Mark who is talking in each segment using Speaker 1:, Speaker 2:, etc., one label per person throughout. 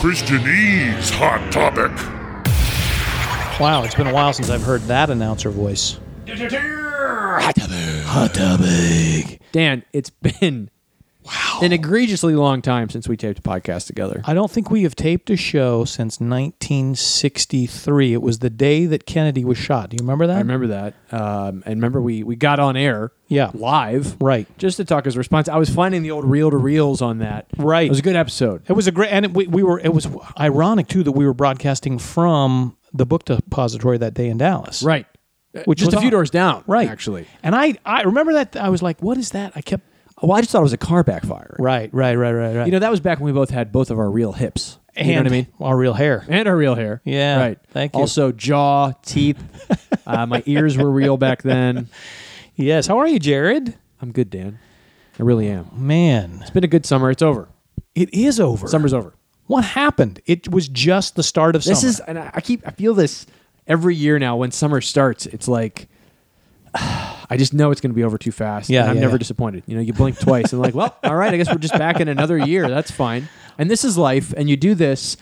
Speaker 1: Christianese Hot Topic.
Speaker 2: Wow, it's been a while since I've heard that announcer voice.
Speaker 3: Dan, it's been wow. an egregiously long time since we taped a podcast together.
Speaker 2: I don't think we have taped a show since 1963. It was the day that Kennedy was shot. Do you remember that?
Speaker 3: I remember that. Um, and remember, we, we got on air
Speaker 2: Yeah.
Speaker 3: live
Speaker 2: Right.
Speaker 3: just to talk his response. I was finding the old reel to reels on that.
Speaker 2: Right.
Speaker 3: It was a good episode.
Speaker 2: It was a great, and it, we, we were. It was ironic too that we were broadcasting from the book depository that day in Dallas.
Speaker 3: Right.
Speaker 2: Which
Speaker 3: just
Speaker 2: was
Speaker 3: a few
Speaker 2: odd.
Speaker 3: doors down,
Speaker 2: Right.
Speaker 3: actually.
Speaker 2: And I, I remember that. I was like, "What is that?" I kept.
Speaker 3: Well, Oh, I just thought it was a car backfire.
Speaker 2: Right. Right. Right. Right. Right.
Speaker 3: You know, that was back when we both had both of our real hips. you know what I mean?
Speaker 2: Our real hair.
Speaker 3: And our real hair.
Speaker 2: Yeah,
Speaker 3: Right.
Speaker 2: thank you.
Speaker 3: Also, jaw, teeth. uh, my ears were real back then.
Speaker 2: Yes. How are you, Jared?
Speaker 3: I'm good, Dan. I really am.
Speaker 2: Man,
Speaker 3: It's been a good summer. It's over.
Speaker 2: it is over.
Speaker 3: Summer's over.
Speaker 2: What happened? It was just the start of
Speaker 3: This
Speaker 2: summer.
Speaker 3: is, and I I keep, I feel this every year now when summer starts. It's like, I just know it's going to be over too fast.
Speaker 2: Yeah,
Speaker 3: and I'm
Speaker 2: yeah,
Speaker 3: never
Speaker 2: yeah.
Speaker 3: disappointed. You know, you blink twice and like, well, all right, I guess we're just back in another year. That's fine. And this is life. And you do this,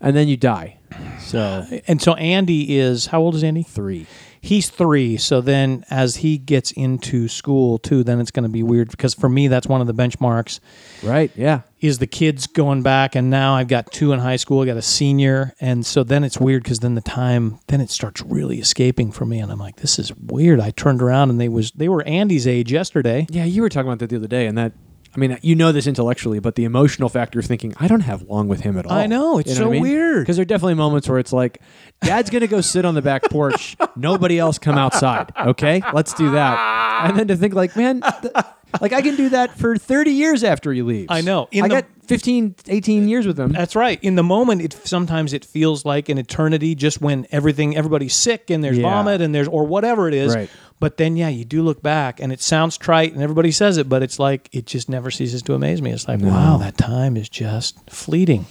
Speaker 3: and then you die. So
Speaker 2: and so Andy is how old is Andy?
Speaker 3: three.
Speaker 2: He's three. So then, as he gets into school too, then it's going to be weird because for me, that's one of the benchmarks
Speaker 3: Right. Yeah.
Speaker 2: is the kids going back, and now I've got two in high school. I got a senior, and so then it's weird because then the time then it starts really escaping for me, and I'm like, this is weird. I turned around and they was they were Andy's age yesterday.
Speaker 3: Yeah, you were talking about that the other day, and that I mean, you know this intellectually, but the emotional factor of thinking I don't have long with him at all.
Speaker 2: I know, it's so weird.
Speaker 3: because there are definitely moments where it's like, Dad's gonna go sit on the back porch. Nobody else come outside. Okay, let's do that. And then to think like, man. th- like I can do that for 30 years after he leaves.
Speaker 2: I know. In
Speaker 3: I
Speaker 2: the-
Speaker 3: got 15, 18 years with him.
Speaker 2: That's right. In the moment, it sometimes it feels like an eternity, just when everything, everybody's sick and there's
Speaker 3: Yeah.
Speaker 2: vomit and there's or whatever it is.
Speaker 3: Right.
Speaker 2: But then, yeah, you do look back, and it sounds trite, and everybody says it, but it's like it just never ceases to amaze me. It's like, wow, that time is just fleeting,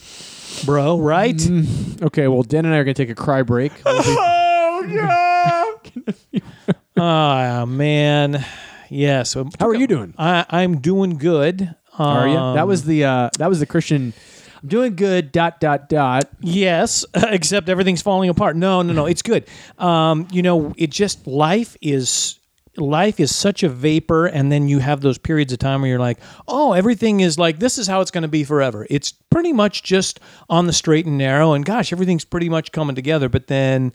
Speaker 2: bro. Right?
Speaker 3: Okay, well, Dan and I are gonna take a cry break. We'll be-
Speaker 2: Ah, man. Yeah. So,
Speaker 3: How are you doing?
Speaker 2: I, I'm doing good.
Speaker 3: Are you?
Speaker 2: Um,
Speaker 3: That was the uh, that was the Christian. I'm doing good. Dot dot dot.
Speaker 2: Yes, except everything's falling apart. No, no, no. It's good. Um, you know, it just life is life is such a vapor, and then you have those periods of time where you're like, oh, everything is like this is how it's going to be forever. It's pretty much just on the straight and narrow, and gosh, everything's pretty much coming together. But then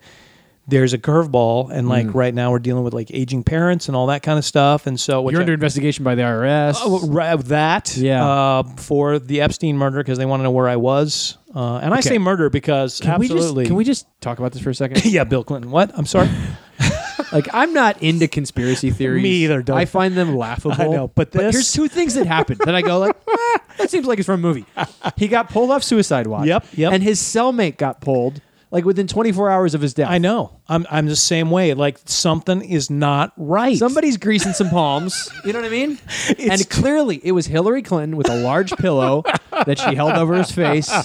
Speaker 2: there's a curveball, and like right now we're dealing with like aging parents and all that kind of stuff, and so which
Speaker 3: You're
Speaker 2: I-
Speaker 3: under investigation by the IRS.
Speaker 2: Oh, ra- that
Speaker 3: Yeah.
Speaker 2: uh, for the Epstein murder because they want to know where I was, uh, and I say murder because absolutely.
Speaker 3: We just, can we just talk about this for a second?
Speaker 2: yeah, Bill Clinton. What? I'm sorry.
Speaker 3: like, I'm not into conspiracy theories.
Speaker 2: Me either, Doug.
Speaker 3: I find them laughable.
Speaker 2: I know, but this-
Speaker 3: here's two things that happened that I go like, "Ah, that seems like it's from a movie. He got pulled off suicide watch.
Speaker 2: Yep, yep.
Speaker 3: And his cellmate got pulled like within 24 hours of his death.
Speaker 2: I know. I'm I'm the same way. Like something is not right.
Speaker 3: Somebody's greasing some palms. You know what I mean? and clearly, it was Hillary Clinton with a large pillow that she held over his face. Oh,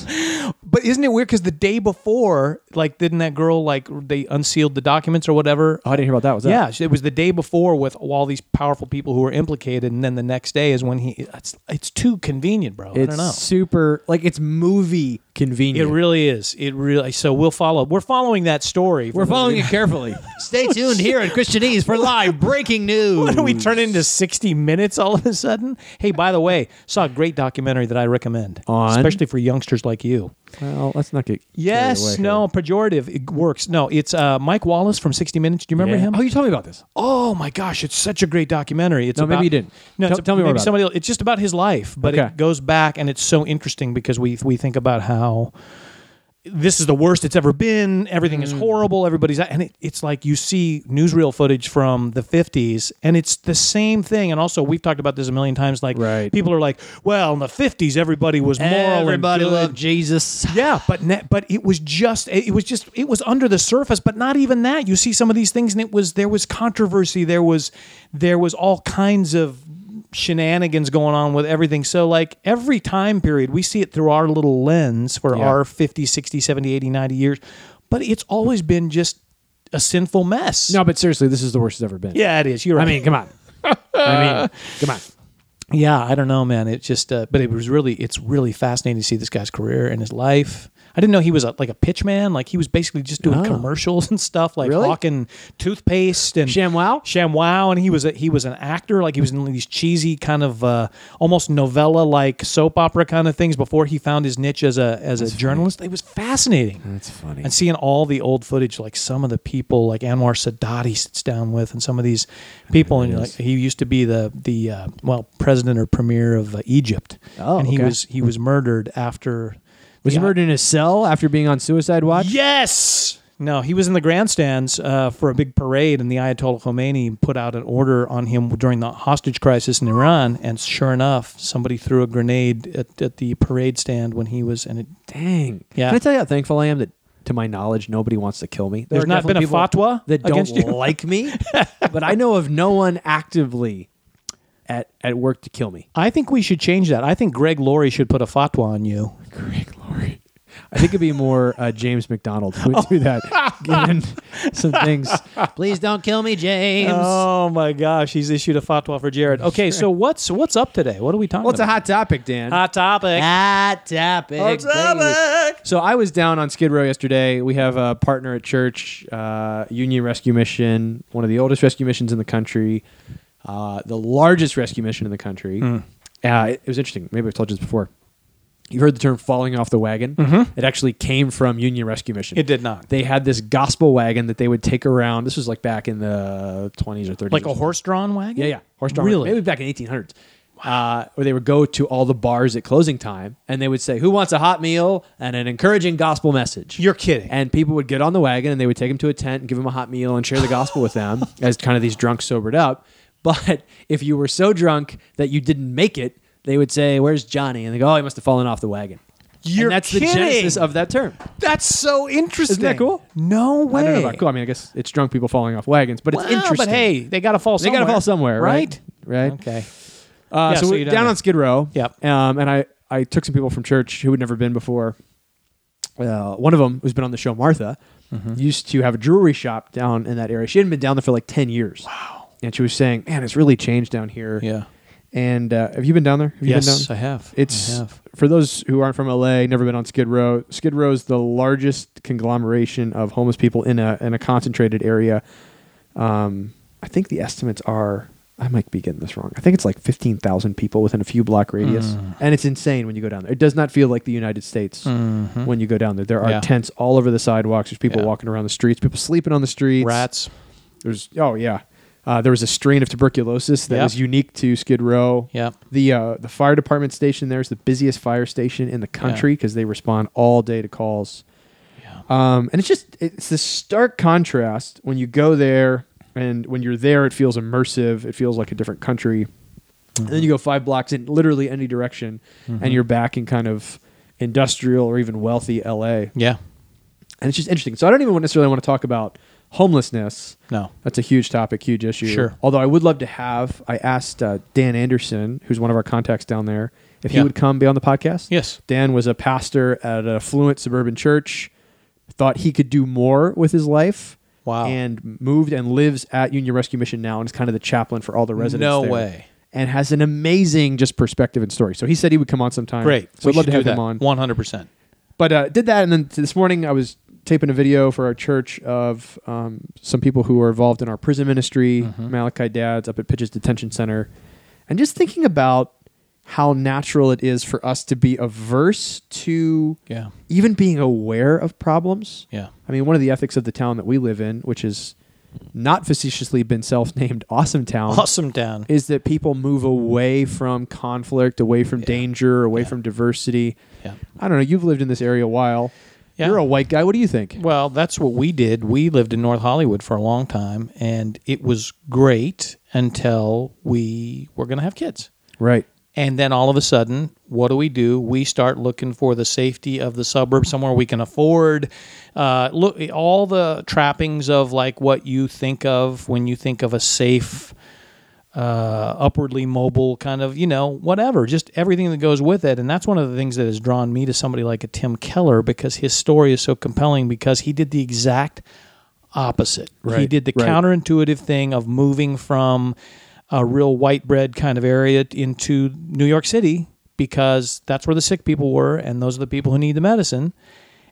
Speaker 2: but isn't it weird? Because the day before, like, didn't that girl like they unsealed the documents or whatever?
Speaker 3: Oh, I didn't hear about that. Was that?
Speaker 2: Yeah, it was the day before with all these powerful people who were implicated, and then the next day is when he. It's it's too convenient, bro. I
Speaker 3: It's
Speaker 2: don't know.
Speaker 3: super like it's movie
Speaker 2: It
Speaker 3: convenient.
Speaker 2: really is. It really. So we'll follow. We're following that story.
Speaker 3: We're following it carefully. Stay tuned here at Christianese for live breaking news.
Speaker 2: What do we turn into 60 minutes all of a sudden? Hey, by the way, saw a great documentary that I recommend,
Speaker 3: On?
Speaker 2: especially for youngsters like you.
Speaker 3: Well, let's not get. carried away
Speaker 2: Yes,
Speaker 3: here.
Speaker 2: no, pejorative. It works. No, it's uh, Mike Wallace from 60 Minutes. Do you remember
Speaker 3: Yeah.
Speaker 2: him?
Speaker 3: Oh, you told me about this.
Speaker 2: Oh my gosh, it's such a great documentary. It's
Speaker 3: No, maybe
Speaker 2: about-
Speaker 3: you didn't.
Speaker 2: No,
Speaker 3: Tell-
Speaker 2: it's,
Speaker 3: tell me more
Speaker 2: maybe
Speaker 3: about it.
Speaker 2: somebody. Else. It's just about his life, but
Speaker 3: Okay.
Speaker 2: it goes back, and it's so interesting because we we think about how this is the worst it's ever been. Everything
Speaker 3: Mm.
Speaker 2: is horrible. Everybody's and it, it's like you see newsreel footage from the fifties, and it's the same thing. And also, we've talked about this a million times. Like
Speaker 3: Right.
Speaker 2: people are like, well, in the fifties, everybody was moral.
Speaker 3: Everybody
Speaker 2: and good.
Speaker 3: loved Jesus.
Speaker 2: Yeah, but ne- but it was just it was just it was under the surface, but not even that. You see some of these things, and it was there was controversy, there was there was all kinds of shenanigans going on with everything. So like every time period, we see it through our little lens for
Speaker 3: Yeah.
Speaker 2: our 50, 60, 70, 80, 90 years, but it's always been just a sinful mess.
Speaker 3: No, but seriously, this is the worst it's ever been.
Speaker 2: Yeah, it is. You're right.
Speaker 3: I mean, come on. I mean, come on.
Speaker 2: yeah, I don't know, man. It just, uh, but it was really, it's really fascinating to see this guy's career and his life. I didn't know he was a, like a pitchman. Like he was basically just doing
Speaker 3: Oh.
Speaker 2: commercials and stuff, like
Speaker 3: Really?
Speaker 2: hawking toothpaste and
Speaker 3: ShamWow?
Speaker 2: ShamWow. And he was a, he was an actor. Like he was in these cheesy kind of uh, almost novella like soap opera kind of things before he found his niche as a as a journalist. It was fascinating.
Speaker 3: That's funny.
Speaker 2: And seeing all the old footage, like some of the people, like Anwar Sadat, he sits down with, and some of these people, and you're like he used to be the the uh, well president or premier of uh, Egypt,
Speaker 3: Oh,
Speaker 2: and he
Speaker 3: okay.
Speaker 2: was he was murdered after
Speaker 3: Was he
Speaker 2: the-
Speaker 3: murdered in his cell after being on suicide watch?
Speaker 2: Yes. No, he was in the grandstands uh, for a big parade, and the Ayatollah Khomeini put out an order on him during the hostage crisis in Iran. And sure enough, somebody threw a grenade at, at the parade stand when he was, and it,
Speaker 3: Dang.
Speaker 2: Yeah.
Speaker 3: Can I tell you how thankful I am that, to my knowledge, nobody wants to kill me? There
Speaker 2: there's
Speaker 3: are
Speaker 2: not been a
Speaker 3: definitely people
Speaker 2: fatwa
Speaker 3: that
Speaker 2: against
Speaker 3: don't
Speaker 2: you.
Speaker 3: like me, but I know of no one actively at at work to kill me.
Speaker 2: I think we should change that. I think Greg Laurie should put a fatwa on you.
Speaker 3: Greg Laurie. I think it'd be more uh, James McDonald who would do that, given some things. Please don't kill me, James.
Speaker 2: Oh my gosh, he's issued a fatwa for Jared. Okay, so what's what's up today? What are we talking
Speaker 3: What's a
Speaker 2: about?
Speaker 3: hot topic, Dan?
Speaker 2: hot topic?
Speaker 3: Hot topic. baby. So I was down on Skid Row yesterday. We have a partner at church, uh, Union Rescue Mission, one of the oldest rescue missions in the country, uh, the largest rescue mission in the country.
Speaker 2: Hmm.
Speaker 3: Uh, it, it was interesting. Maybe I've told you this before. You've heard the term falling off the wagon. It actually came from Union Rescue Mission.
Speaker 2: Mm-hmm. It did not.
Speaker 3: They had this gospel wagon that they would take around. This was like back in the 20s or
Speaker 2: Like
Speaker 3: 30s. or
Speaker 2: a
Speaker 3: something.
Speaker 2: horse-drawn wagon?
Speaker 3: Yeah, yeah. Horse drawn.
Speaker 2: Really?
Speaker 3: Maybe back in 1800s. Uh, where they would go to all the bars at closing time and they would say, Who wants a hot meal and an encouraging gospel message?
Speaker 2: You're kidding.
Speaker 3: And people would get on the wagon and they would take them to a tent and give them a hot meal and share the gospel with them as kind of these drunks sobered up. But if you were so drunk that you didn't make it, they would say, Where's Johnny? And they go, Oh, he must have fallen off the wagon.
Speaker 2: You're
Speaker 3: and that's the
Speaker 2: kidding.
Speaker 3: genesis of that term.
Speaker 2: That's so interesting.
Speaker 3: Isn't that cool?
Speaker 2: No way.
Speaker 3: I don't know about cool. I mean, I guess it's drunk people falling off wagons, but it's
Speaker 2: Wow,
Speaker 3: interesting.
Speaker 2: But hey, they got to fall.
Speaker 3: they
Speaker 2: somewhere.
Speaker 3: got to fall somewhere, right? Right.
Speaker 2: Okay.
Speaker 3: Uh,
Speaker 2: Yeah,
Speaker 3: so,
Speaker 2: so
Speaker 3: we're
Speaker 2: you're
Speaker 3: down,
Speaker 2: down there.
Speaker 3: on Skid Row.
Speaker 2: Yep.
Speaker 3: Um, and I, I took some people from church who had never been before. Uh, one of them who's been on the show, Martha,
Speaker 2: Mm-hmm.
Speaker 3: used to have a jewelry shop down in that area. She hadn't been down there for like 10 years. Wow. And she was saying, man, it's really changed down here.
Speaker 2: Yeah.
Speaker 3: And uh, have you been down there? Have you been
Speaker 2: Yes,
Speaker 3: down?
Speaker 2: I have.
Speaker 3: It's
Speaker 2: I have.
Speaker 3: for those who aren't from LA, never been on Skid Row. Skid Row is the largest conglomeration of homeless people in a in a concentrated area. Um, I think the estimates are. I might be getting this wrong. I think it's like fifteen thousand people within a few block radius,
Speaker 2: Mm.
Speaker 3: and it's insane when you go down there. It does not feel like the United States when you go down there. There are
Speaker 2: Mm-hmm. Yeah.
Speaker 3: tents all over the sidewalks. There's people
Speaker 2: Yeah.
Speaker 3: walking around the streets. People sleeping on the streets.
Speaker 2: rats.
Speaker 3: There's oh yeah. Uh, there was a strain of tuberculosis that
Speaker 2: Yep.
Speaker 3: was unique to Skid Row.
Speaker 2: Yep.
Speaker 3: The uh, the fire department station there is the busiest fire station in the country because they respond all day to calls.
Speaker 2: Yeah.
Speaker 3: Um, and it's just it's this stark contrast when you go there and when you're there, it feels immersive. It feels like a different country. And then you go five blocks in literally any direction, and you're back in kind of industrial or even wealthy LA. And
Speaker 2: Yeah.
Speaker 3: it's just interesting. So I don't even necessarily want to talk about homelessness.
Speaker 2: No.
Speaker 3: That's a huge topic, huge issue.
Speaker 2: Sure.
Speaker 3: Although I would love to have, I asked uh, Dan Anderson, who's one of our contacts down there, if he
Speaker 2: Yeah.
Speaker 3: would come be on the podcast.
Speaker 2: Yes.
Speaker 3: Dan was a pastor at an affluent suburban church, thought he could do more with his life.
Speaker 2: Wow.
Speaker 3: And moved and lives at Union Rescue Mission now and is kind of the chaplain for all the residents.
Speaker 2: No
Speaker 3: there.
Speaker 2: way.
Speaker 3: And has an amazing just perspective and story. So he said he would come on sometime.
Speaker 2: Great.
Speaker 3: So I'd love to have him on.
Speaker 2: One hundred percent.
Speaker 3: But uh, did that, and then this morning I was taping a video for our church of um, some people who are involved in our prison ministry,
Speaker 2: Mm-hmm.
Speaker 3: Malachi Dads up at Pitches Detention Center, and just thinking about how natural it is for us to be averse to
Speaker 2: Yeah.
Speaker 3: even being aware of problems.
Speaker 2: Yeah.
Speaker 3: I mean, one of the ethics of the town that we live in, which is not facetiously been self-named Awesome Town,
Speaker 2: Awesome town.
Speaker 3: is that people move away from conflict, away from danger, away from diversity.
Speaker 2: Yeah.
Speaker 3: I don't know. You've lived in this area a while.
Speaker 2: Yeah.
Speaker 3: You're a white guy. What do you think?
Speaker 2: Well, that's what we did. We lived in North Hollywood for a long time, and it was great until we were going to have kids.
Speaker 3: Right.
Speaker 2: And then all of a sudden, what do we do? We start looking for the safety of the suburb, somewhere we can afford. Uh, look, all the trappings of like what you think of when you think of a safe, uh, upwardly mobile kind of, you know, whatever, just everything that goes with it. And that's one of the things that has drawn me to somebody like a Tim Keller because his story is so compelling because he did the exact opposite. He
Speaker 3: Right,
Speaker 2: did the
Speaker 3: right.
Speaker 2: counterintuitive thing of moving from a real white bread kind of area into New York City because that's where the sick people were, and those are the people who need the medicine.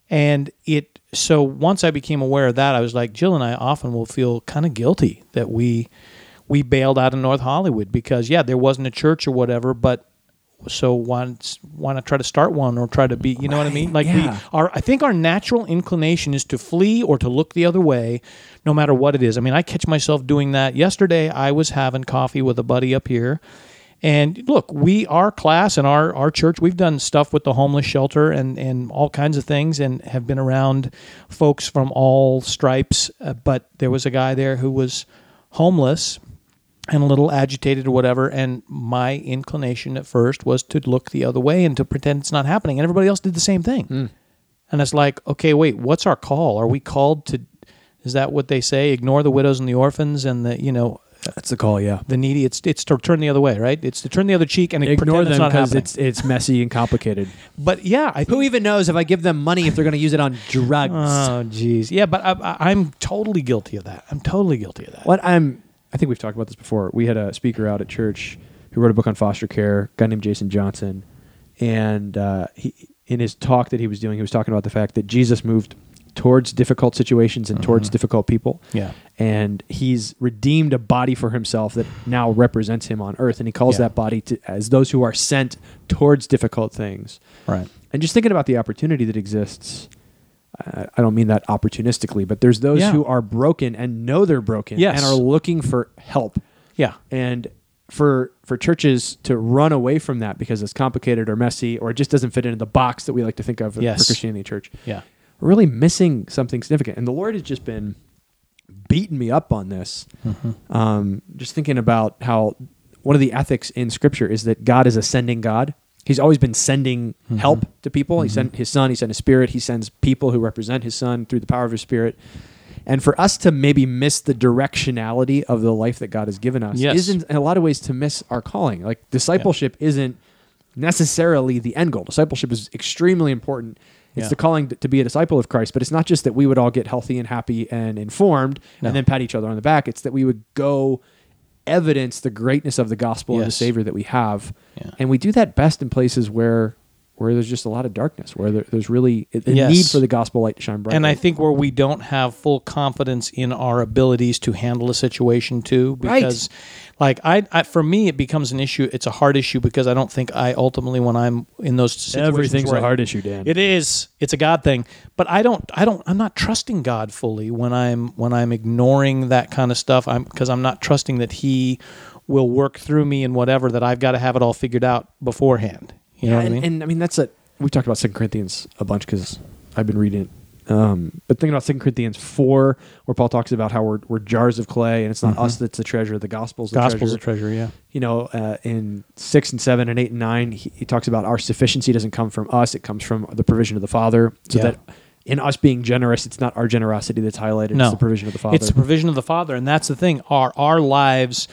Speaker 2: And it so once I became aware of that, I was like, Jill and I often will feel kind of guilty that we we bailed out of North Hollywood because yeah, there wasn't a church or whatever, but so why why not try to start one or try to be you know what I mean? Like
Speaker 3: yeah.
Speaker 2: we our I think our natural inclination is to flee or to look the other way, no matter what it is. I mean, I catch myself doing that. Yesterday I was having coffee with a buddy up here. And look, we our class and our our church, we've done stuff with the homeless shelter and and all kinds of things, and have been around folks from all stripes. Uh, but there was a guy there who was homeless and a little agitated or whatever. And my inclination at first was to look the other way and to pretend it's not happening. And everybody else did the same thing.
Speaker 3: Hmm.
Speaker 2: And it's like, okay, wait, what's our call? Are we called to? Is that what they say? Ignore the widows and the orphans and the you know
Speaker 3: That's the call. Yeah.
Speaker 2: the needy. It's it's to turn the other way, right? It's to turn the other cheek and
Speaker 3: Ignore
Speaker 2: pretend it's
Speaker 3: them
Speaker 2: not
Speaker 3: because
Speaker 2: happening.
Speaker 3: it's it's messy and complicated.
Speaker 2: but yeah, I
Speaker 3: Who
Speaker 2: think.
Speaker 3: even knows if I give them money if they're going to use it on drugs?
Speaker 2: Oh jeez, yeah, but I, I, I'm totally guilty of that. I'm totally guilty of that.
Speaker 3: what I'm, I think we've talked about this before. We had a speaker out at church who wrote a book on foster care, a guy named Jason Johnson, and uh, he, in his talk that he was doing, he was talking about the fact that Jesus moved towards difficult situations and towards difficult people.
Speaker 2: Mm-hmm. Yeah.
Speaker 3: and he's redeemed a body for himself that now represents him on earth, and he calls
Speaker 2: Yeah.
Speaker 3: that body to, as those who are sent towards difficult things.
Speaker 2: Right.
Speaker 3: And just thinking about the opportunity that exists, I I don't mean that opportunistically, but there's those
Speaker 2: Yeah.
Speaker 3: who are broken and know they're broken
Speaker 2: Yes.
Speaker 3: and are looking for help.
Speaker 2: Yeah.
Speaker 3: And for for churches to run away from that because it's complicated or messy or it just doesn't fit into the box that we like to think of
Speaker 2: Yes.
Speaker 3: for Christianity church.
Speaker 2: Yeah.
Speaker 3: We're really missing something significant. And the Lord has just been beating me up on this. Um, just thinking about how one of the ethics in Scripture is that God is a sending God. He's always been sending help to people. He sent His Son. He sent His Spirit. He sends people who represent His Son through the power of His Spirit. And for us to maybe miss the directionality of the life that God has given us
Speaker 2: Yes.
Speaker 3: is, in, in a lot of ways, to miss our calling. Like discipleship isn't necessarily the end goal. Discipleship is extremely important. It's
Speaker 2: Yeah.
Speaker 3: the calling to be a disciple of Christ, but it's not just that we would all get healthy and happy and informed
Speaker 2: No.
Speaker 3: and then pat each other on the back. It's that we would go evidence the greatness of the gospel and the
Speaker 2: Yes.
Speaker 3: Savior that we have.
Speaker 2: Yeah.
Speaker 3: And we do that best in places where where there's just a lot of darkness, where there, there's really a a
Speaker 2: Yes.
Speaker 3: need for the gospel light to shine bright.
Speaker 2: And I think where we don't have full confidence in our abilities to handle a situation too,
Speaker 3: Right.
Speaker 2: because like I, I, for me, it becomes an issue. It's a hard issue because I don't think I ultimately, when I'm in those situations, where I-
Speaker 3: issue, Dan.
Speaker 2: It is. It's a God thing. But I don't. I don't. I'm not trusting God fully when I'm when I'm ignoring that kind of stuff. I'm because I'm not trusting that He will work through me and whatever. That I've got to have it all figured out beforehand. You know what I
Speaker 3: and,
Speaker 2: mean?
Speaker 3: and I mean that's a we've talked about Second Corinthians a bunch because I've been reading it. Um, but thinking about Second Corinthians four, where Paul talks about how we're, we're jars of clay, and it's not us that's the treasure; the gospel's the
Speaker 2: Mm-hmm. Gospel's
Speaker 3: treasure.
Speaker 2: a treasure. Yeah.
Speaker 3: you know, uh, in six and seven and eight and nine, he, he talks about our sufficiency doesn't come from us; it comes from the provision of the Father. So
Speaker 2: Yeah.
Speaker 3: that in us being generous, it's not our generosity that's highlighted;
Speaker 2: No.
Speaker 3: it's the provision of the Father.
Speaker 2: It's the provision of the Father, and that's the thing. Are our lives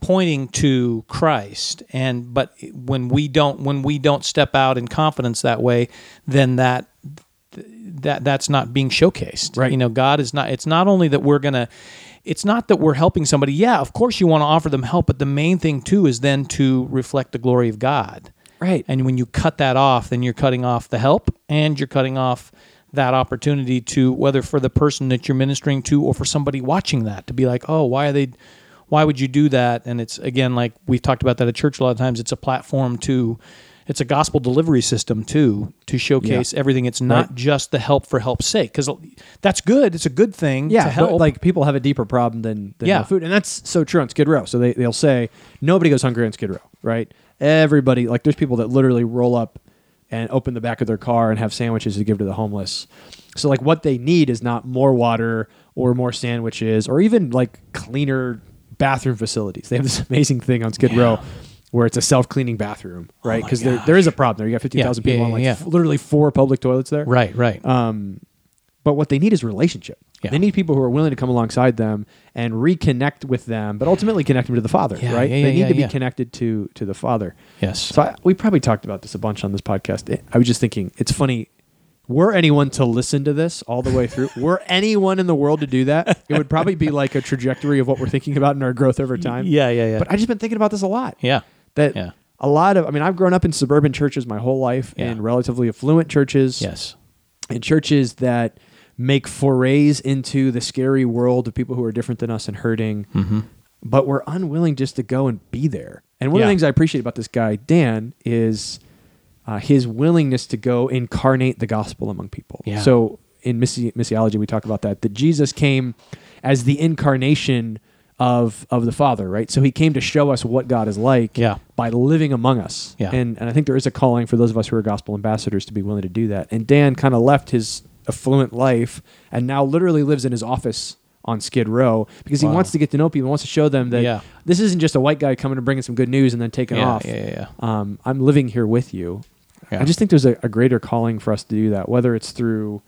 Speaker 2: pointing to Christ? And but when we don't when we don't step out in confidence that way, then that that that's not being showcased.
Speaker 3: Right.
Speaker 2: You know, God is not. It's not only that we're gonna. It's not that we're helping somebody. Yeah, of course you want to offer them help, but the main thing too is then to reflect the glory of God.
Speaker 3: right,
Speaker 2: And when you cut that off, then you're cutting off the help and you're cutting off that opportunity to whether for the person that you're ministering to or for somebody watching that to be like, "Oh, why are they why would you do that?" And it's again like we've talked about that at church a lot of times, it's a platform to it's a gospel delivery system too to showcase everything. It's not just the help for help's sake cuz that's good. It's a good thing
Speaker 3: yeah,
Speaker 2: to
Speaker 3: but,
Speaker 2: help.
Speaker 3: like people have a deeper problem than, than
Speaker 2: Yeah.
Speaker 3: no food, and that's so true on Skid Row. So they they'll say nobody goes hungry on Skid Row, right? Everybody like there's people that literally roll up and open the back of their car and have sandwiches to give to the homeless. So like what they need is not more water or more sandwiches or even like cleaner bathroom facilities. They have this amazing thing on Skid Row where it's a self-cleaning bathroom, right?
Speaker 2: Oh my
Speaker 3: Because there, there is a problem there. You got 50,000
Speaker 2: Yeah,
Speaker 3: people
Speaker 2: yeah,
Speaker 3: on like
Speaker 2: yeah.
Speaker 3: f- literally four public toilets there.
Speaker 2: right, right.
Speaker 3: uh, But what they need is relationship.
Speaker 2: Yeah.
Speaker 3: They need people who are willing to come alongside them and reconnect with them, but ultimately connect them to the Father,
Speaker 2: Yeah,
Speaker 3: right?
Speaker 2: yeah, yeah,
Speaker 3: they need
Speaker 2: yeah,
Speaker 3: to be
Speaker 2: yeah.
Speaker 3: connected to to the Father.
Speaker 2: yes.
Speaker 3: So I, we probably talked about this a bunch on this podcast. I was just thinking, it's funny were anyone to listen to this all the way through, were anyone in the world to do that, it would probably be like a trajectory of what we're thinking about in our growth over time.
Speaker 2: Yeah, yeah, yeah.
Speaker 3: But I just been thinking about this a lot.
Speaker 2: yeah.
Speaker 3: That
Speaker 2: Yeah.
Speaker 3: a lot of I mean, I've grown up in suburban churches my whole life
Speaker 2: Yeah.
Speaker 3: in relatively affluent churches
Speaker 2: Yes.
Speaker 3: and churches that make forays into the scary world of people who are different than us and hurting,
Speaker 2: Mm-hmm.
Speaker 3: but we're unwilling just to go and be there. And one of
Speaker 2: Yeah.
Speaker 3: the things I appreciate about this guy, Dan, is uh, his willingness to go incarnate the gospel among people.
Speaker 2: Yeah.
Speaker 3: So in missi- missiology, we talk about that, that Jesus came as the incarnation of, of the Father, right? So he came to show us what God is like
Speaker 2: Yeah.
Speaker 3: by living among us.
Speaker 2: Yeah.
Speaker 3: And and I think there is a calling for those of us who are gospel ambassadors to be willing to do that. And Dan kind of left his affluent life and now literally lives in his office on Skid Row because
Speaker 2: Wow.
Speaker 3: he wants to get to know people, wants to show them that
Speaker 2: Yeah.
Speaker 3: this isn't just a white guy coming and bringing some good news and then taking
Speaker 2: Yeah,
Speaker 3: off.
Speaker 2: yeah, yeah,
Speaker 3: Um, I'm living here with you.
Speaker 2: Yeah.
Speaker 3: I just think there's a, a greater calling for us to do that, whether it's through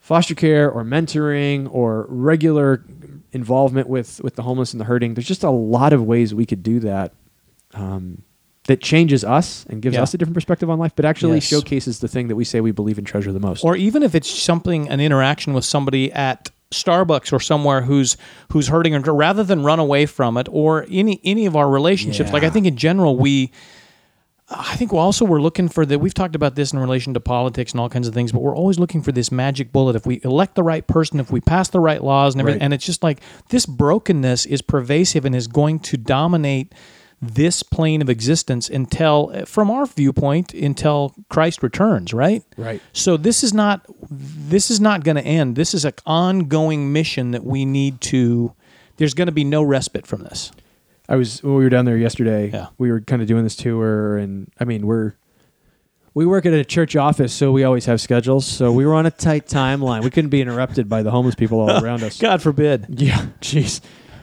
Speaker 3: foster care or mentoring or regular involvement with with the homeless and the hurting. There's just a lot of ways we could do that. Um, that changes us and gives
Speaker 2: Yeah.
Speaker 3: us a different perspective on life, but actually
Speaker 2: Yes.
Speaker 3: showcases the thing that we say we believe and treasure the most.
Speaker 2: Or even if it's something an interaction with somebody at Starbucks or somewhere who's who's hurting or rather than run away from it or any any of our relationships.
Speaker 3: Yeah.
Speaker 2: Like I think in general we I think we're also we're looking for that. We've talked about this in relation to politics and all kinds of things, but we're always looking for this magic bullet. If we elect the right person, if we pass the right laws, and everything,
Speaker 3: Right.
Speaker 2: and it's just like this brokenness is pervasive and is going to dominate this plane of existence until, from our viewpoint, until Christ returns. Right.
Speaker 3: Right.
Speaker 2: So this is not this is not going to end. This is an ongoing mission that we need to. There's going to be no respite from this.
Speaker 3: I was when we were down there yesterday.
Speaker 2: Yeah.
Speaker 3: We were kind of doing this tour, and I mean we're we work at a church office, so we always have schedules. So we were on a tight timeline. We couldn't be interrupted by the homeless people all around us.
Speaker 2: God forbid.
Speaker 3: Yeah, jeez.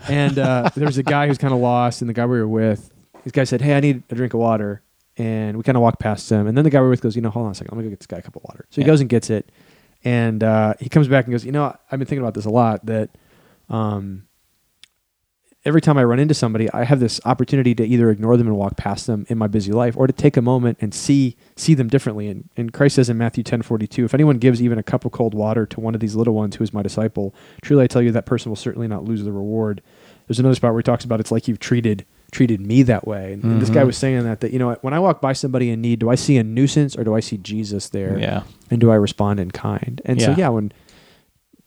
Speaker 3: And uh, there was a guy who's kind of lost, and the guy we were with, this guy said, "Hey, I need a drink of water." And we kind of walked past him, and then the guy we were with goes, "You know, hold on a second, let me go get this guy a cup of water." So he
Speaker 2: Yeah.
Speaker 3: goes and gets it, and uh, he comes back and goes, "You know, I've been thinking about this a lot. That um, every time I run into somebody, I have this opportunity to either ignore them and walk past them in my busy life, or to take a moment and see see them differently. And, and Christ says in Matthew ten forty two, if anyone gives even a cup of cold water to one of these little ones who is my disciple, truly I tell you that person will certainly not lose the reward. There's another spot where he talks about it's like you've treated treated me that way. And, and this guy was saying that that you know when I walk by somebody in need, do I see a nuisance or do I see Jesus there?
Speaker 2: Yeah.
Speaker 3: and do I respond in kind? And so
Speaker 2: Yeah.
Speaker 3: yeah, when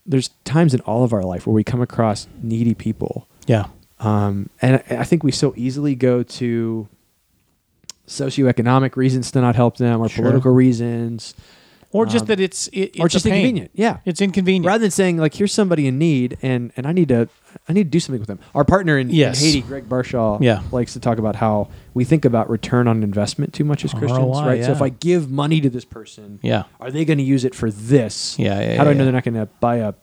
Speaker 3: there's times in all of our life where we come across needy people
Speaker 2: Yeah.
Speaker 3: um, and I I think we so easily go to socioeconomic reasons to not help them, or
Speaker 2: Sure.
Speaker 3: political reasons,
Speaker 2: Or just
Speaker 3: Um,
Speaker 2: that it's it, it's
Speaker 3: or just
Speaker 2: a pain.
Speaker 3: inconvenient. Yeah,
Speaker 2: It's inconvenient.
Speaker 3: rather than saying like, "Here's somebody in need, and and I need to I need to do something with them." Our partner in, in
Speaker 2: Yes.
Speaker 3: Haiti, Greg Barshaw,
Speaker 2: Yeah.
Speaker 3: likes to talk about how we think about return on investment too much as Christians,
Speaker 2: ROI,
Speaker 3: right? So
Speaker 2: yeah.
Speaker 3: if I give money to this person,
Speaker 2: yeah.
Speaker 3: are they going to use it for this?
Speaker 2: Yeah, yeah,
Speaker 3: How do I
Speaker 2: yeah,
Speaker 3: know
Speaker 2: yeah.
Speaker 3: they're not going to buy a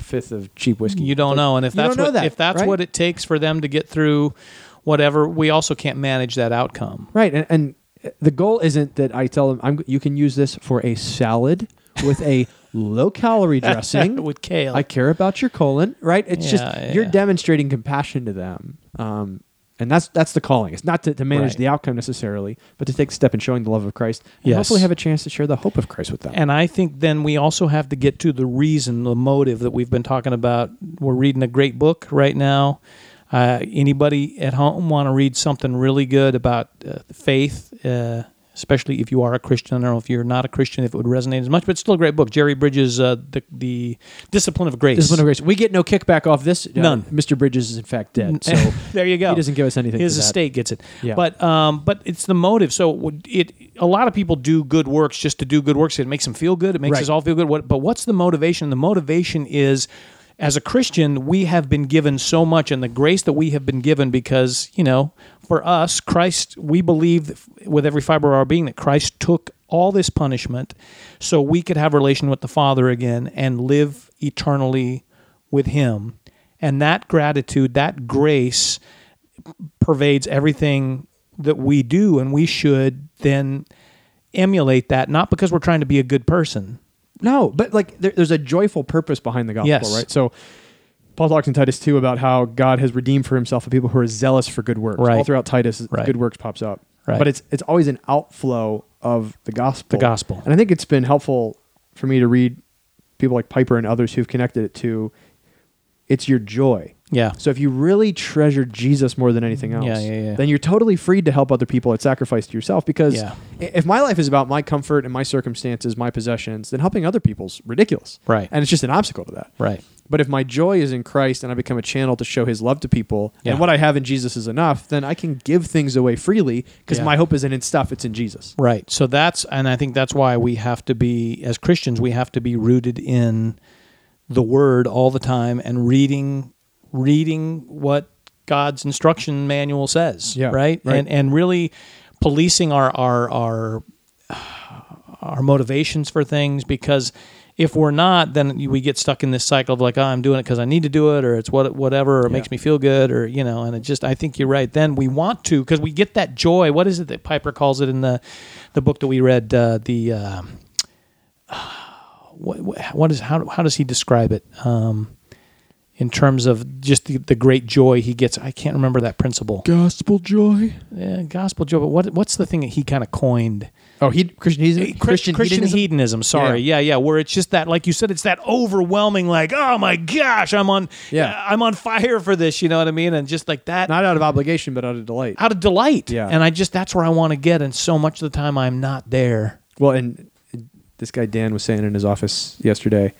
Speaker 3: fifth of cheap whiskey?
Speaker 2: You don't know, and if
Speaker 3: You don't
Speaker 2: that's
Speaker 3: know
Speaker 2: what
Speaker 3: that,
Speaker 2: if that's
Speaker 3: right?
Speaker 2: what it takes for them to get through whatever, we also can't manage that outcome.
Speaker 3: Right, and, and the goal isn't that I tell them I'm, you can use this for a salad with a low calorie dressing.
Speaker 2: with kale.
Speaker 3: I care about your colon, right? It's just
Speaker 2: Yeah, yeah,
Speaker 3: you're
Speaker 2: yeah.
Speaker 3: demonstrating compassion to them, um, and that's that's the calling. It's not to, to manage
Speaker 2: Right.
Speaker 3: the outcome necessarily, but to take a step in showing the love of Christ, and
Speaker 2: Yes.
Speaker 3: hopefully have a chance to share the hope of Christ with them.
Speaker 2: and I think then we also have to get to the reason, the motive that we've been talking about. We're reading a great book right now. Uh, anybody at home want to read something really good about uh, faith, uh, especially if you are a Christian? I don't know if you're not a Christian, if it would resonate as much, but it's still a great book. Jerry Bridges, uh, the, the Discipline of Grace.
Speaker 3: Discipline of grace. We get no kickback off this. Uh,
Speaker 2: None.
Speaker 3: Mr. Bridges is in fact dead, so he
Speaker 2: there you go.
Speaker 3: doesn't give us anything.
Speaker 2: His
Speaker 3: for that.
Speaker 2: estate gets it.
Speaker 3: Yeah.
Speaker 2: But um, but it's the motive. So would- it a lot of people do good works just to do good works. It makes them feel good. It makes
Speaker 3: Right.
Speaker 2: us all feel good. What, but what's the motivation? The motivation is. As a Christian, we have been given so much, and the grace that we have been given, because you know, for us, Christ, we believe that f- with every fiber of our being that Christ took all this punishment, so we could have relation with the Father again and live eternally with Him, and that gratitude, that grace, pervades everything that we do and we should then emulate that not because we're trying to be a good person
Speaker 3: No, but like there, there's a joyful purpose behind the gospel,
Speaker 2: Yes.
Speaker 3: right? So Paul talks in Titus 2 about how God has redeemed for himself a people who are zealous for good works.
Speaker 2: Right.
Speaker 3: All throughout Titus,
Speaker 2: Right.
Speaker 3: good works pops up.
Speaker 2: Right.
Speaker 3: But it's it's always an outflow of the gospel.
Speaker 2: The gospel.
Speaker 3: And I think it's been helpful for me to read people like Piper and others who've connected it to it's your joy.
Speaker 2: Yeah.
Speaker 3: So if you really treasure Jesus more than anything else,
Speaker 2: Mm, Yeah, yeah, yeah.
Speaker 3: then you're totally freed to help other people at sacrifice to yourself. Because
Speaker 2: Yeah.
Speaker 3: i- if my life is about my comfort and my circumstances, my possessions, then helping other people's ridiculous.
Speaker 2: Right.
Speaker 3: And it's just an obstacle to that.
Speaker 2: Right.
Speaker 3: But if my joy is in Christ and I become a channel to show his love to people
Speaker 2: Yeah.
Speaker 3: and what I have in Jesus is enough, then I can give things away freely because
Speaker 2: Yeah.
Speaker 3: my hope isn't in stuff, it's in Jesus.
Speaker 2: Right. So that's, and I think that's why we have to be, as Christians, we have to be rooted in the Word all the time and reading, reading what God's instruction manual says.
Speaker 3: Yeah,
Speaker 2: Right.
Speaker 3: right.
Speaker 2: And and really policing our our our our motivations for things because if we're not, then we get stuck in this cycle of like, oh, I'm doing it because I need to do it, or it's what whatever, or it makes me feel good, or you know, and it just I think you're right. Then we want to because we get that joy. What is it that Piper calls it in the the book that we read? Uh, the uh, what, what is how how does he describe it? Um, in terms of just the, the great joy he gets, I can't remember that principle.
Speaker 3: Gospel joy.
Speaker 2: Yeah, gospel joy, but what what's the thing that he kind of coined?
Speaker 3: Oh, he Christian he's Christian,
Speaker 2: Christian, Christian
Speaker 3: hedonism?
Speaker 2: hedonism. Sorry, yeah. yeah, Where it's just that, like you said, it's that overwhelming, like, oh my gosh, I'm on, uh,
Speaker 3: Yeah.
Speaker 2: I'm on fire for this. You know what I mean? And just like that,
Speaker 3: not out of obligation but out of delight.
Speaker 2: out of delight.
Speaker 3: Yeah.
Speaker 2: And I just that's where I want to get. And so much of the time, I'm not there.
Speaker 3: Well, and this guy Dan was saying in his office yesterday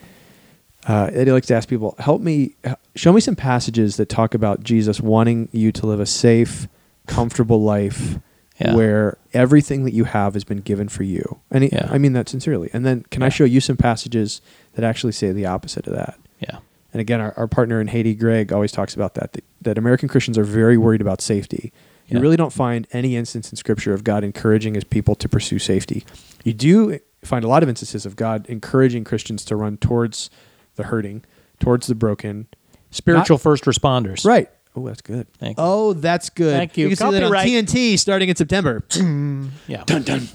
Speaker 3: uh, that he likes to ask people, "Help me, h- show me some passages that talk about Jesus wanting you to live a safe, comfortable life
Speaker 2: Yeah.
Speaker 3: where everything that you have has been given for you." And he,
Speaker 2: Yeah.
Speaker 3: I mean that sincerely. And then, can I show you some passages that actually say the opposite of that?
Speaker 2: Yeah.
Speaker 3: And again, our, our partner in Haiti, Greg, always talks about that, that that American Christians are very worried about safety. You
Speaker 2: Yeah.
Speaker 3: really don't find any instance in Scripture of God encouraging His people to pursue safety. You do find a lot of instances of God encouraging Christians to run towards the hurting, towards the broken.
Speaker 2: Spiritual first responders.
Speaker 3: Right. Oh, that's good.
Speaker 2: Thank you.
Speaker 3: oh, that's good.
Speaker 2: Thank you.
Speaker 3: You can see that on
Speaker 2: Copyright.
Speaker 3: TNT starting in September.
Speaker 2: Yeah. Dun dun.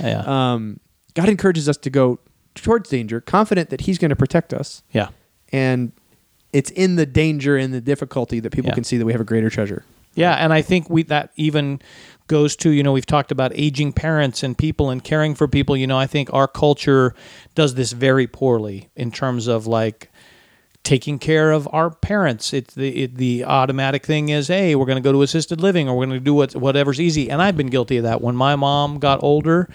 Speaker 2: Yeah.
Speaker 3: um, God encourages us to go towards danger, confident that He's going to protect us.
Speaker 2: yeah.
Speaker 3: and it's in the danger and the difficulty that people
Speaker 2: Yeah.
Speaker 3: can see that we have a greater treasure.
Speaker 2: Yeah, and I think we that even goes to you know we've talked about aging parents and people and caring for people. You know, I think our culture does this very poorly in terms of like taking care of our parents. It's the it, the automatic thing is, hey, we're going to go to assisted living or we're going to do what whatever's easy. And I've been guilty of that when my mom got older.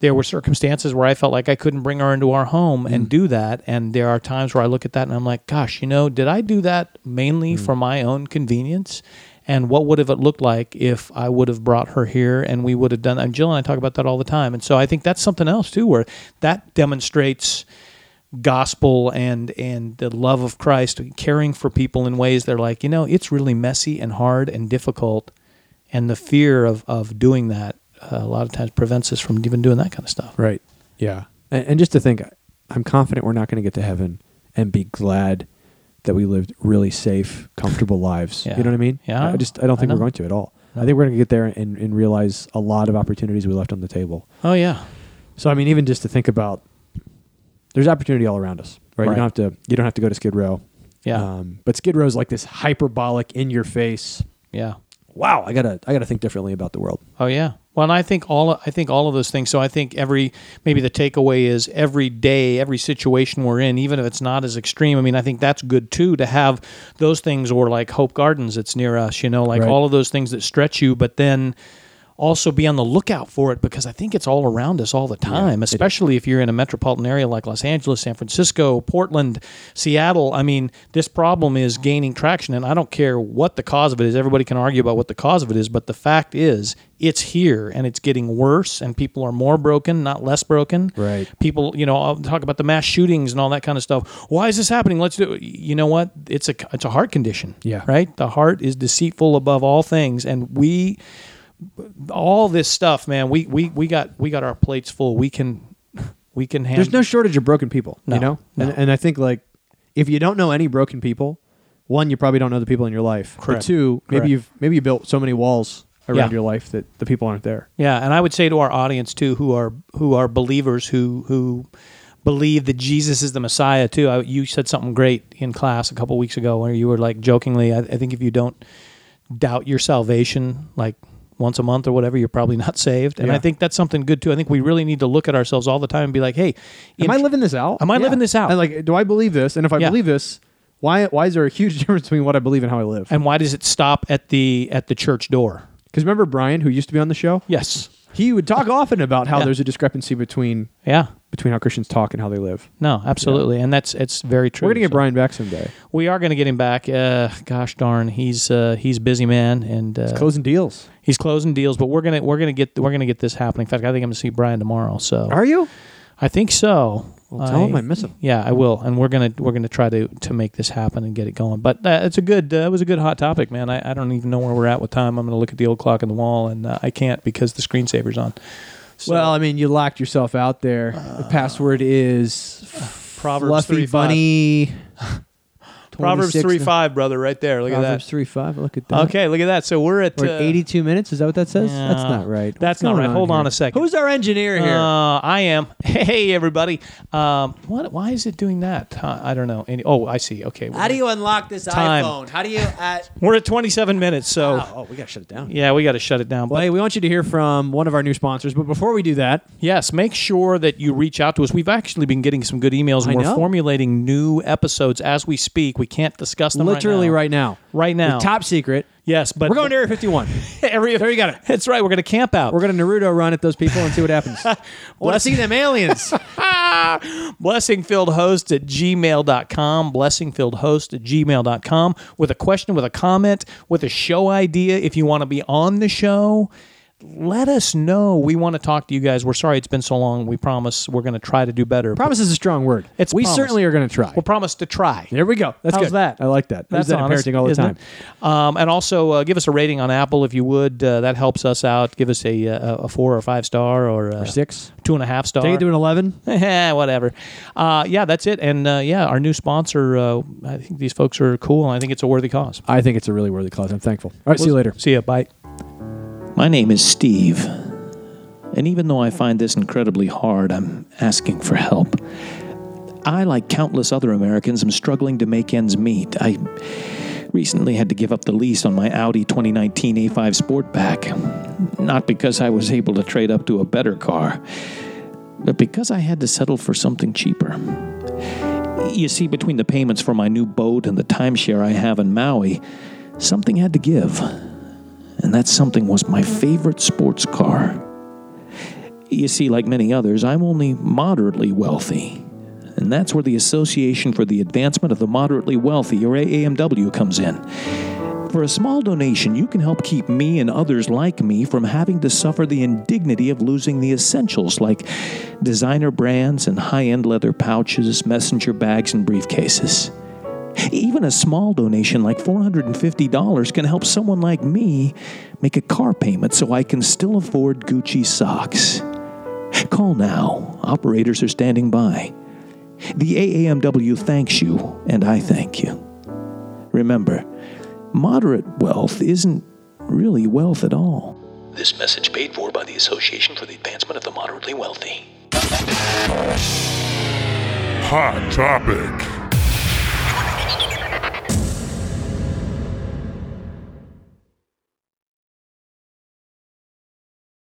Speaker 2: There were circumstances where I felt like I couldn't bring her into our home and do that. And there are times where I look at that and I'm like, gosh, you know, did I do that mainly for my own convenience? and what would have it looked like if I would have brought her here and we would have done and Jill and I talk about that all the time. And so I think that's something else too where that demonstrates gospel and and the love of Christ caring for people in ways they're like, you know, it's really messy and hard and difficult and the fear of of doing that uh, a lot of times prevents us from even doing that kind of stuff.
Speaker 3: Right. Yeah. And, and just to think, I'm confident we're not going to get to heaven and be glad that we lived really safe, comfortable lives.
Speaker 2: Yeah.
Speaker 3: You know what I mean?
Speaker 2: Yeah.
Speaker 3: I just I don't
Speaker 2: I
Speaker 3: think we're
Speaker 2: know.
Speaker 3: going to at all. I think we're going to get there and, and realize a lot of opportunities we left on the table.
Speaker 2: Oh yeah.
Speaker 3: So I mean, even just to think about, there's opportunity all around us, right?
Speaker 2: Right.
Speaker 3: You don't have to you don't have to go to Skid Row.
Speaker 2: Yeah.
Speaker 3: Um, but Skid Row is like this hyperbolic, in your face.
Speaker 2: yeah.
Speaker 3: Wow, I gotta I gotta think differently about the world.
Speaker 2: Oh yeah. Well, and I think all I think all of those things. So I think every maybe the takeaway is every day, every situation we're in, even if it's not as extreme. I mean, I think that's good too to have those things or like Hope Gardens that's near us. You know, like
Speaker 3: Right.
Speaker 2: all of those things that stretch you, but then also be on the lookout for it because I think it's all around us all the time, especially if you're in a metropolitan area like Los Angeles, San Francisco, Portland, Seattle. I mean, this problem is gaining traction, and I don't care what the cause of it is. Everybody can argue about what the cause of it is, but the fact is it's here and it's getting worse, and people are more broken, not less broken.
Speaker 3: Right.
Speaker 2: People, you know, I'll talk about the mass shootings and all that kind of stuff. Why is this happening? Let's do it. You know what? It's a it's a heart condition.
Speaker 3: Yeah.
Speaker 2: Right? The heart is deceitful above all things, and we all this stuff, man. We we we got we got our plates full. We can we can handle.
Speaker 3: There's no shortage of broken people,
Speaker 2: No,
Speaker 3: you know? And,
Speaker 2: no.
Speaker 3: and I think, like, if you don't know any broken people, one, you probably don't know the people in your life. But
Speaker 2: Correct.
Speaker 3: two, maybe
Speaker 2: Correct.
Speaker 3: you've maybe you built so many walls around
Speaker 2: Yeah.
Speaker 3: your life that the people aren't there.
Speaker 2: Yeah, and I would say to our audience too, who are who are believers who who believe that Jesus is the Messiah too. I, you said something great in class a couple weeks ago where you were like jokingly, I, I think if you don't doubt your salvation, like once a month or whatever, you're probably not saved. And
Speaker 3: Yeah.
Speaker 2: I think that's something good too. I think we really need to look at ourselves all the time and be like, hey,
Speaker 3: Am
Speaker 2: in-
Speaker 3: I living this out?
Speaker 2: Am I living this out?
Speaker 3: And like, do I believe this? And if I
Speaker 2: Yeah.
Speaker 3: believe this, why why is there a huge difference between what I believe and how I live?
Speaker 2: and why does it stop at the at the church door?
Speaker 3: Because remember Brian, who used to be on the show,
Speaker 2: Yes.
Speaker 3: he would talk often about how
Speaker 2: Yeah.
Speaker 3: there's a discrepancy between
Speaker 2: Yeah.
Speaker 3: between how Christians talk and how they live.
Speaker 2: No, absolutely. And that's it's very true.
Speaker 3: We're gonna get
Speaker 2: So-
Speaker 3: Brian back someday.
Speaker 2: We are going to get him back. Uh, gosh darn, he's uh, he's busy man, and uh,
Speaker 3: Closing deals.
Speaker 2: he's closing deals. But we're gonna we're gonna get we're gonna get this happening. In fact, I think I'm going to see Brian tomorrow. So
Speaker 3: Are you?
Speaker 2: I think so.
Speaker 3: Well, tell him
Speaker 2: I-
Speaker 3: I miss him.
Speaker 2: Yeah, I will, and we're gonna we're gonna try to to make this happen and get it going. But uh, it's a good uh, it was a good hot topic, man. I, I don't even know where we're at with time. I'm gonna look at the old clock on the wall, and uh, I can't because the screensaver's on. So, Uh,
Speaker 3: well, I mean, you locked yourself out there. the password is
Speaker 2: Proverbs
Speaker 3: Fluffy
Speaker 2: 3:5.
Speaker 3: Bunny.
Speaker 2: Proverbs
Speaker 3: 26
Speaker 2: three five, brother, right there. Look
Speaker 3: Proverbs
Speaker 2: at
Speaker 3: three five. Look at
Speaker 2: that.
Speaker 3: that.
Speaker 2: Okay, look at that. So we're at
Speaker 3: We're
Speaker 2: uh,
Speaker 3: at 82 minutes. Is that what that says? That's
Speaker 2: No.
Speaker 3: not right.
Speaker 2: That's
Speaker 3: What's
Speaker 2: not
Speaker 3: going
Speaker 2: right. Hold on a second.
Speaker 3: Who's our engineer here?
Speaker 2: Uh, I am. Hey, everybody. Um, what? Why is it doing that? Huh, I don't know. Any, oh, I see. Okay. We're,
Speaker 1: How do you unlock this
Speaker 2: Time.
Speaker 1: iPhone? How do you? Uh,
Speaker 2: we're at 27 minutes, so
Speaker 1: oh, oh, we gotta shut it down.
Speaker 2: yeah, we got to shut it down.
Speaker 3: well,
Speaker 2: But
Speaker 3: hey, we want you to hear from one of our new sponsors, but before we do that,
Speaker 2: yes, make sure that you reach out to us. We've actually been getting some good emails, and
Speaker 3: I
Speaker 2: we're
Speaker 3: know.
Speaker 2: formulating new episodes as we speak. We can't discuss them
Speaker 3: literally
Speaker 2: right
Speaker 3: right now,
Speaker 2: now. Right now.
Speaker 3: The top secret.
Speaker 2: yes, but
Speaker 3: We're going to Area 51.
Speaker 2: area. There you got it. That's right. We're going to camp out.
Speaker 3: We're going to Naruto run at those people and see what happens. I want to see them aliens.
Speaker 2: blessingfilledhost at gmail.com blessingfilledhost at gmail.com with a question with a comment with a show idea if you want to be on the show let us know we want to talk to you guys we're sorry it's been so long we promise we're going to try to do better
Speaker 3: promise is a strong word.
Speaker 2: It's
Speaker 3: we
Speaker 2: promise.
Speaker 3: certainly are going to try.
Speaker 2: we'll promise to try
Speaker 3: there we go. That's
Speaker 2: How's
Speaker 3: good.
Speaker 2: that?
Speaker 3: I like that. That's that in
Speaker 2: honest,
Speaker 3: parenting all the
Speaker 2: isn't
Speaker 3: time.
Speaker 2: it? Um, and also uh, give us a rating on Apple if you would. Uh, that helps us out. Give us a, uh, a, a four or five star or, uh,
Speaker 3: Six.
Speaker 2: two and a half star.
Speaker 3: Take it to an 11.
Speaker 2: Eh, whatever. Uh, yeah, that's it. And uh, yeah, our new sponsor. Uh, I think these folks are cool, and I think it's a worthy cause.
Speaker 3: I think it's a really worthy cause. I'm thankful. All right, see you later.
Speaker 2: See ya. Bye. My name is Steve, and even though I find this incredibly hard, I'm asking for help. I, like countless other Americans, am struggling to make ends meet. I recently had to give up the lease on my Audi 2019 A5 Sportback, not because I was able to trade up to a better car, but because I had to settle for something cheaper. You see, between the payments for my new boat and the timeshare I have in Maui, something had to give. And that something was my favorite sports car. You see, like many others, I'm only moderately wealthy. And that's where the Association for the Advancement of the Moderately Wealthy, or AAMW, comes in. For a small donation, you can help keep me and others like me from having to suffer the indignity of losing the essentials like designer brands and high end leather pouches, messenger bags, and briefcases. Even a small donation like $450 can help someone like me make a car payment so I can still afford Gucci socks. Call now. Operators are standing by. The AAMW thanks you, and I thank you. Remember, moderate wealth isn't really wealth at all. This message paid for by the Association for the Advancement of the Moderately Wealthy.
Speaker 4: Hot Topic.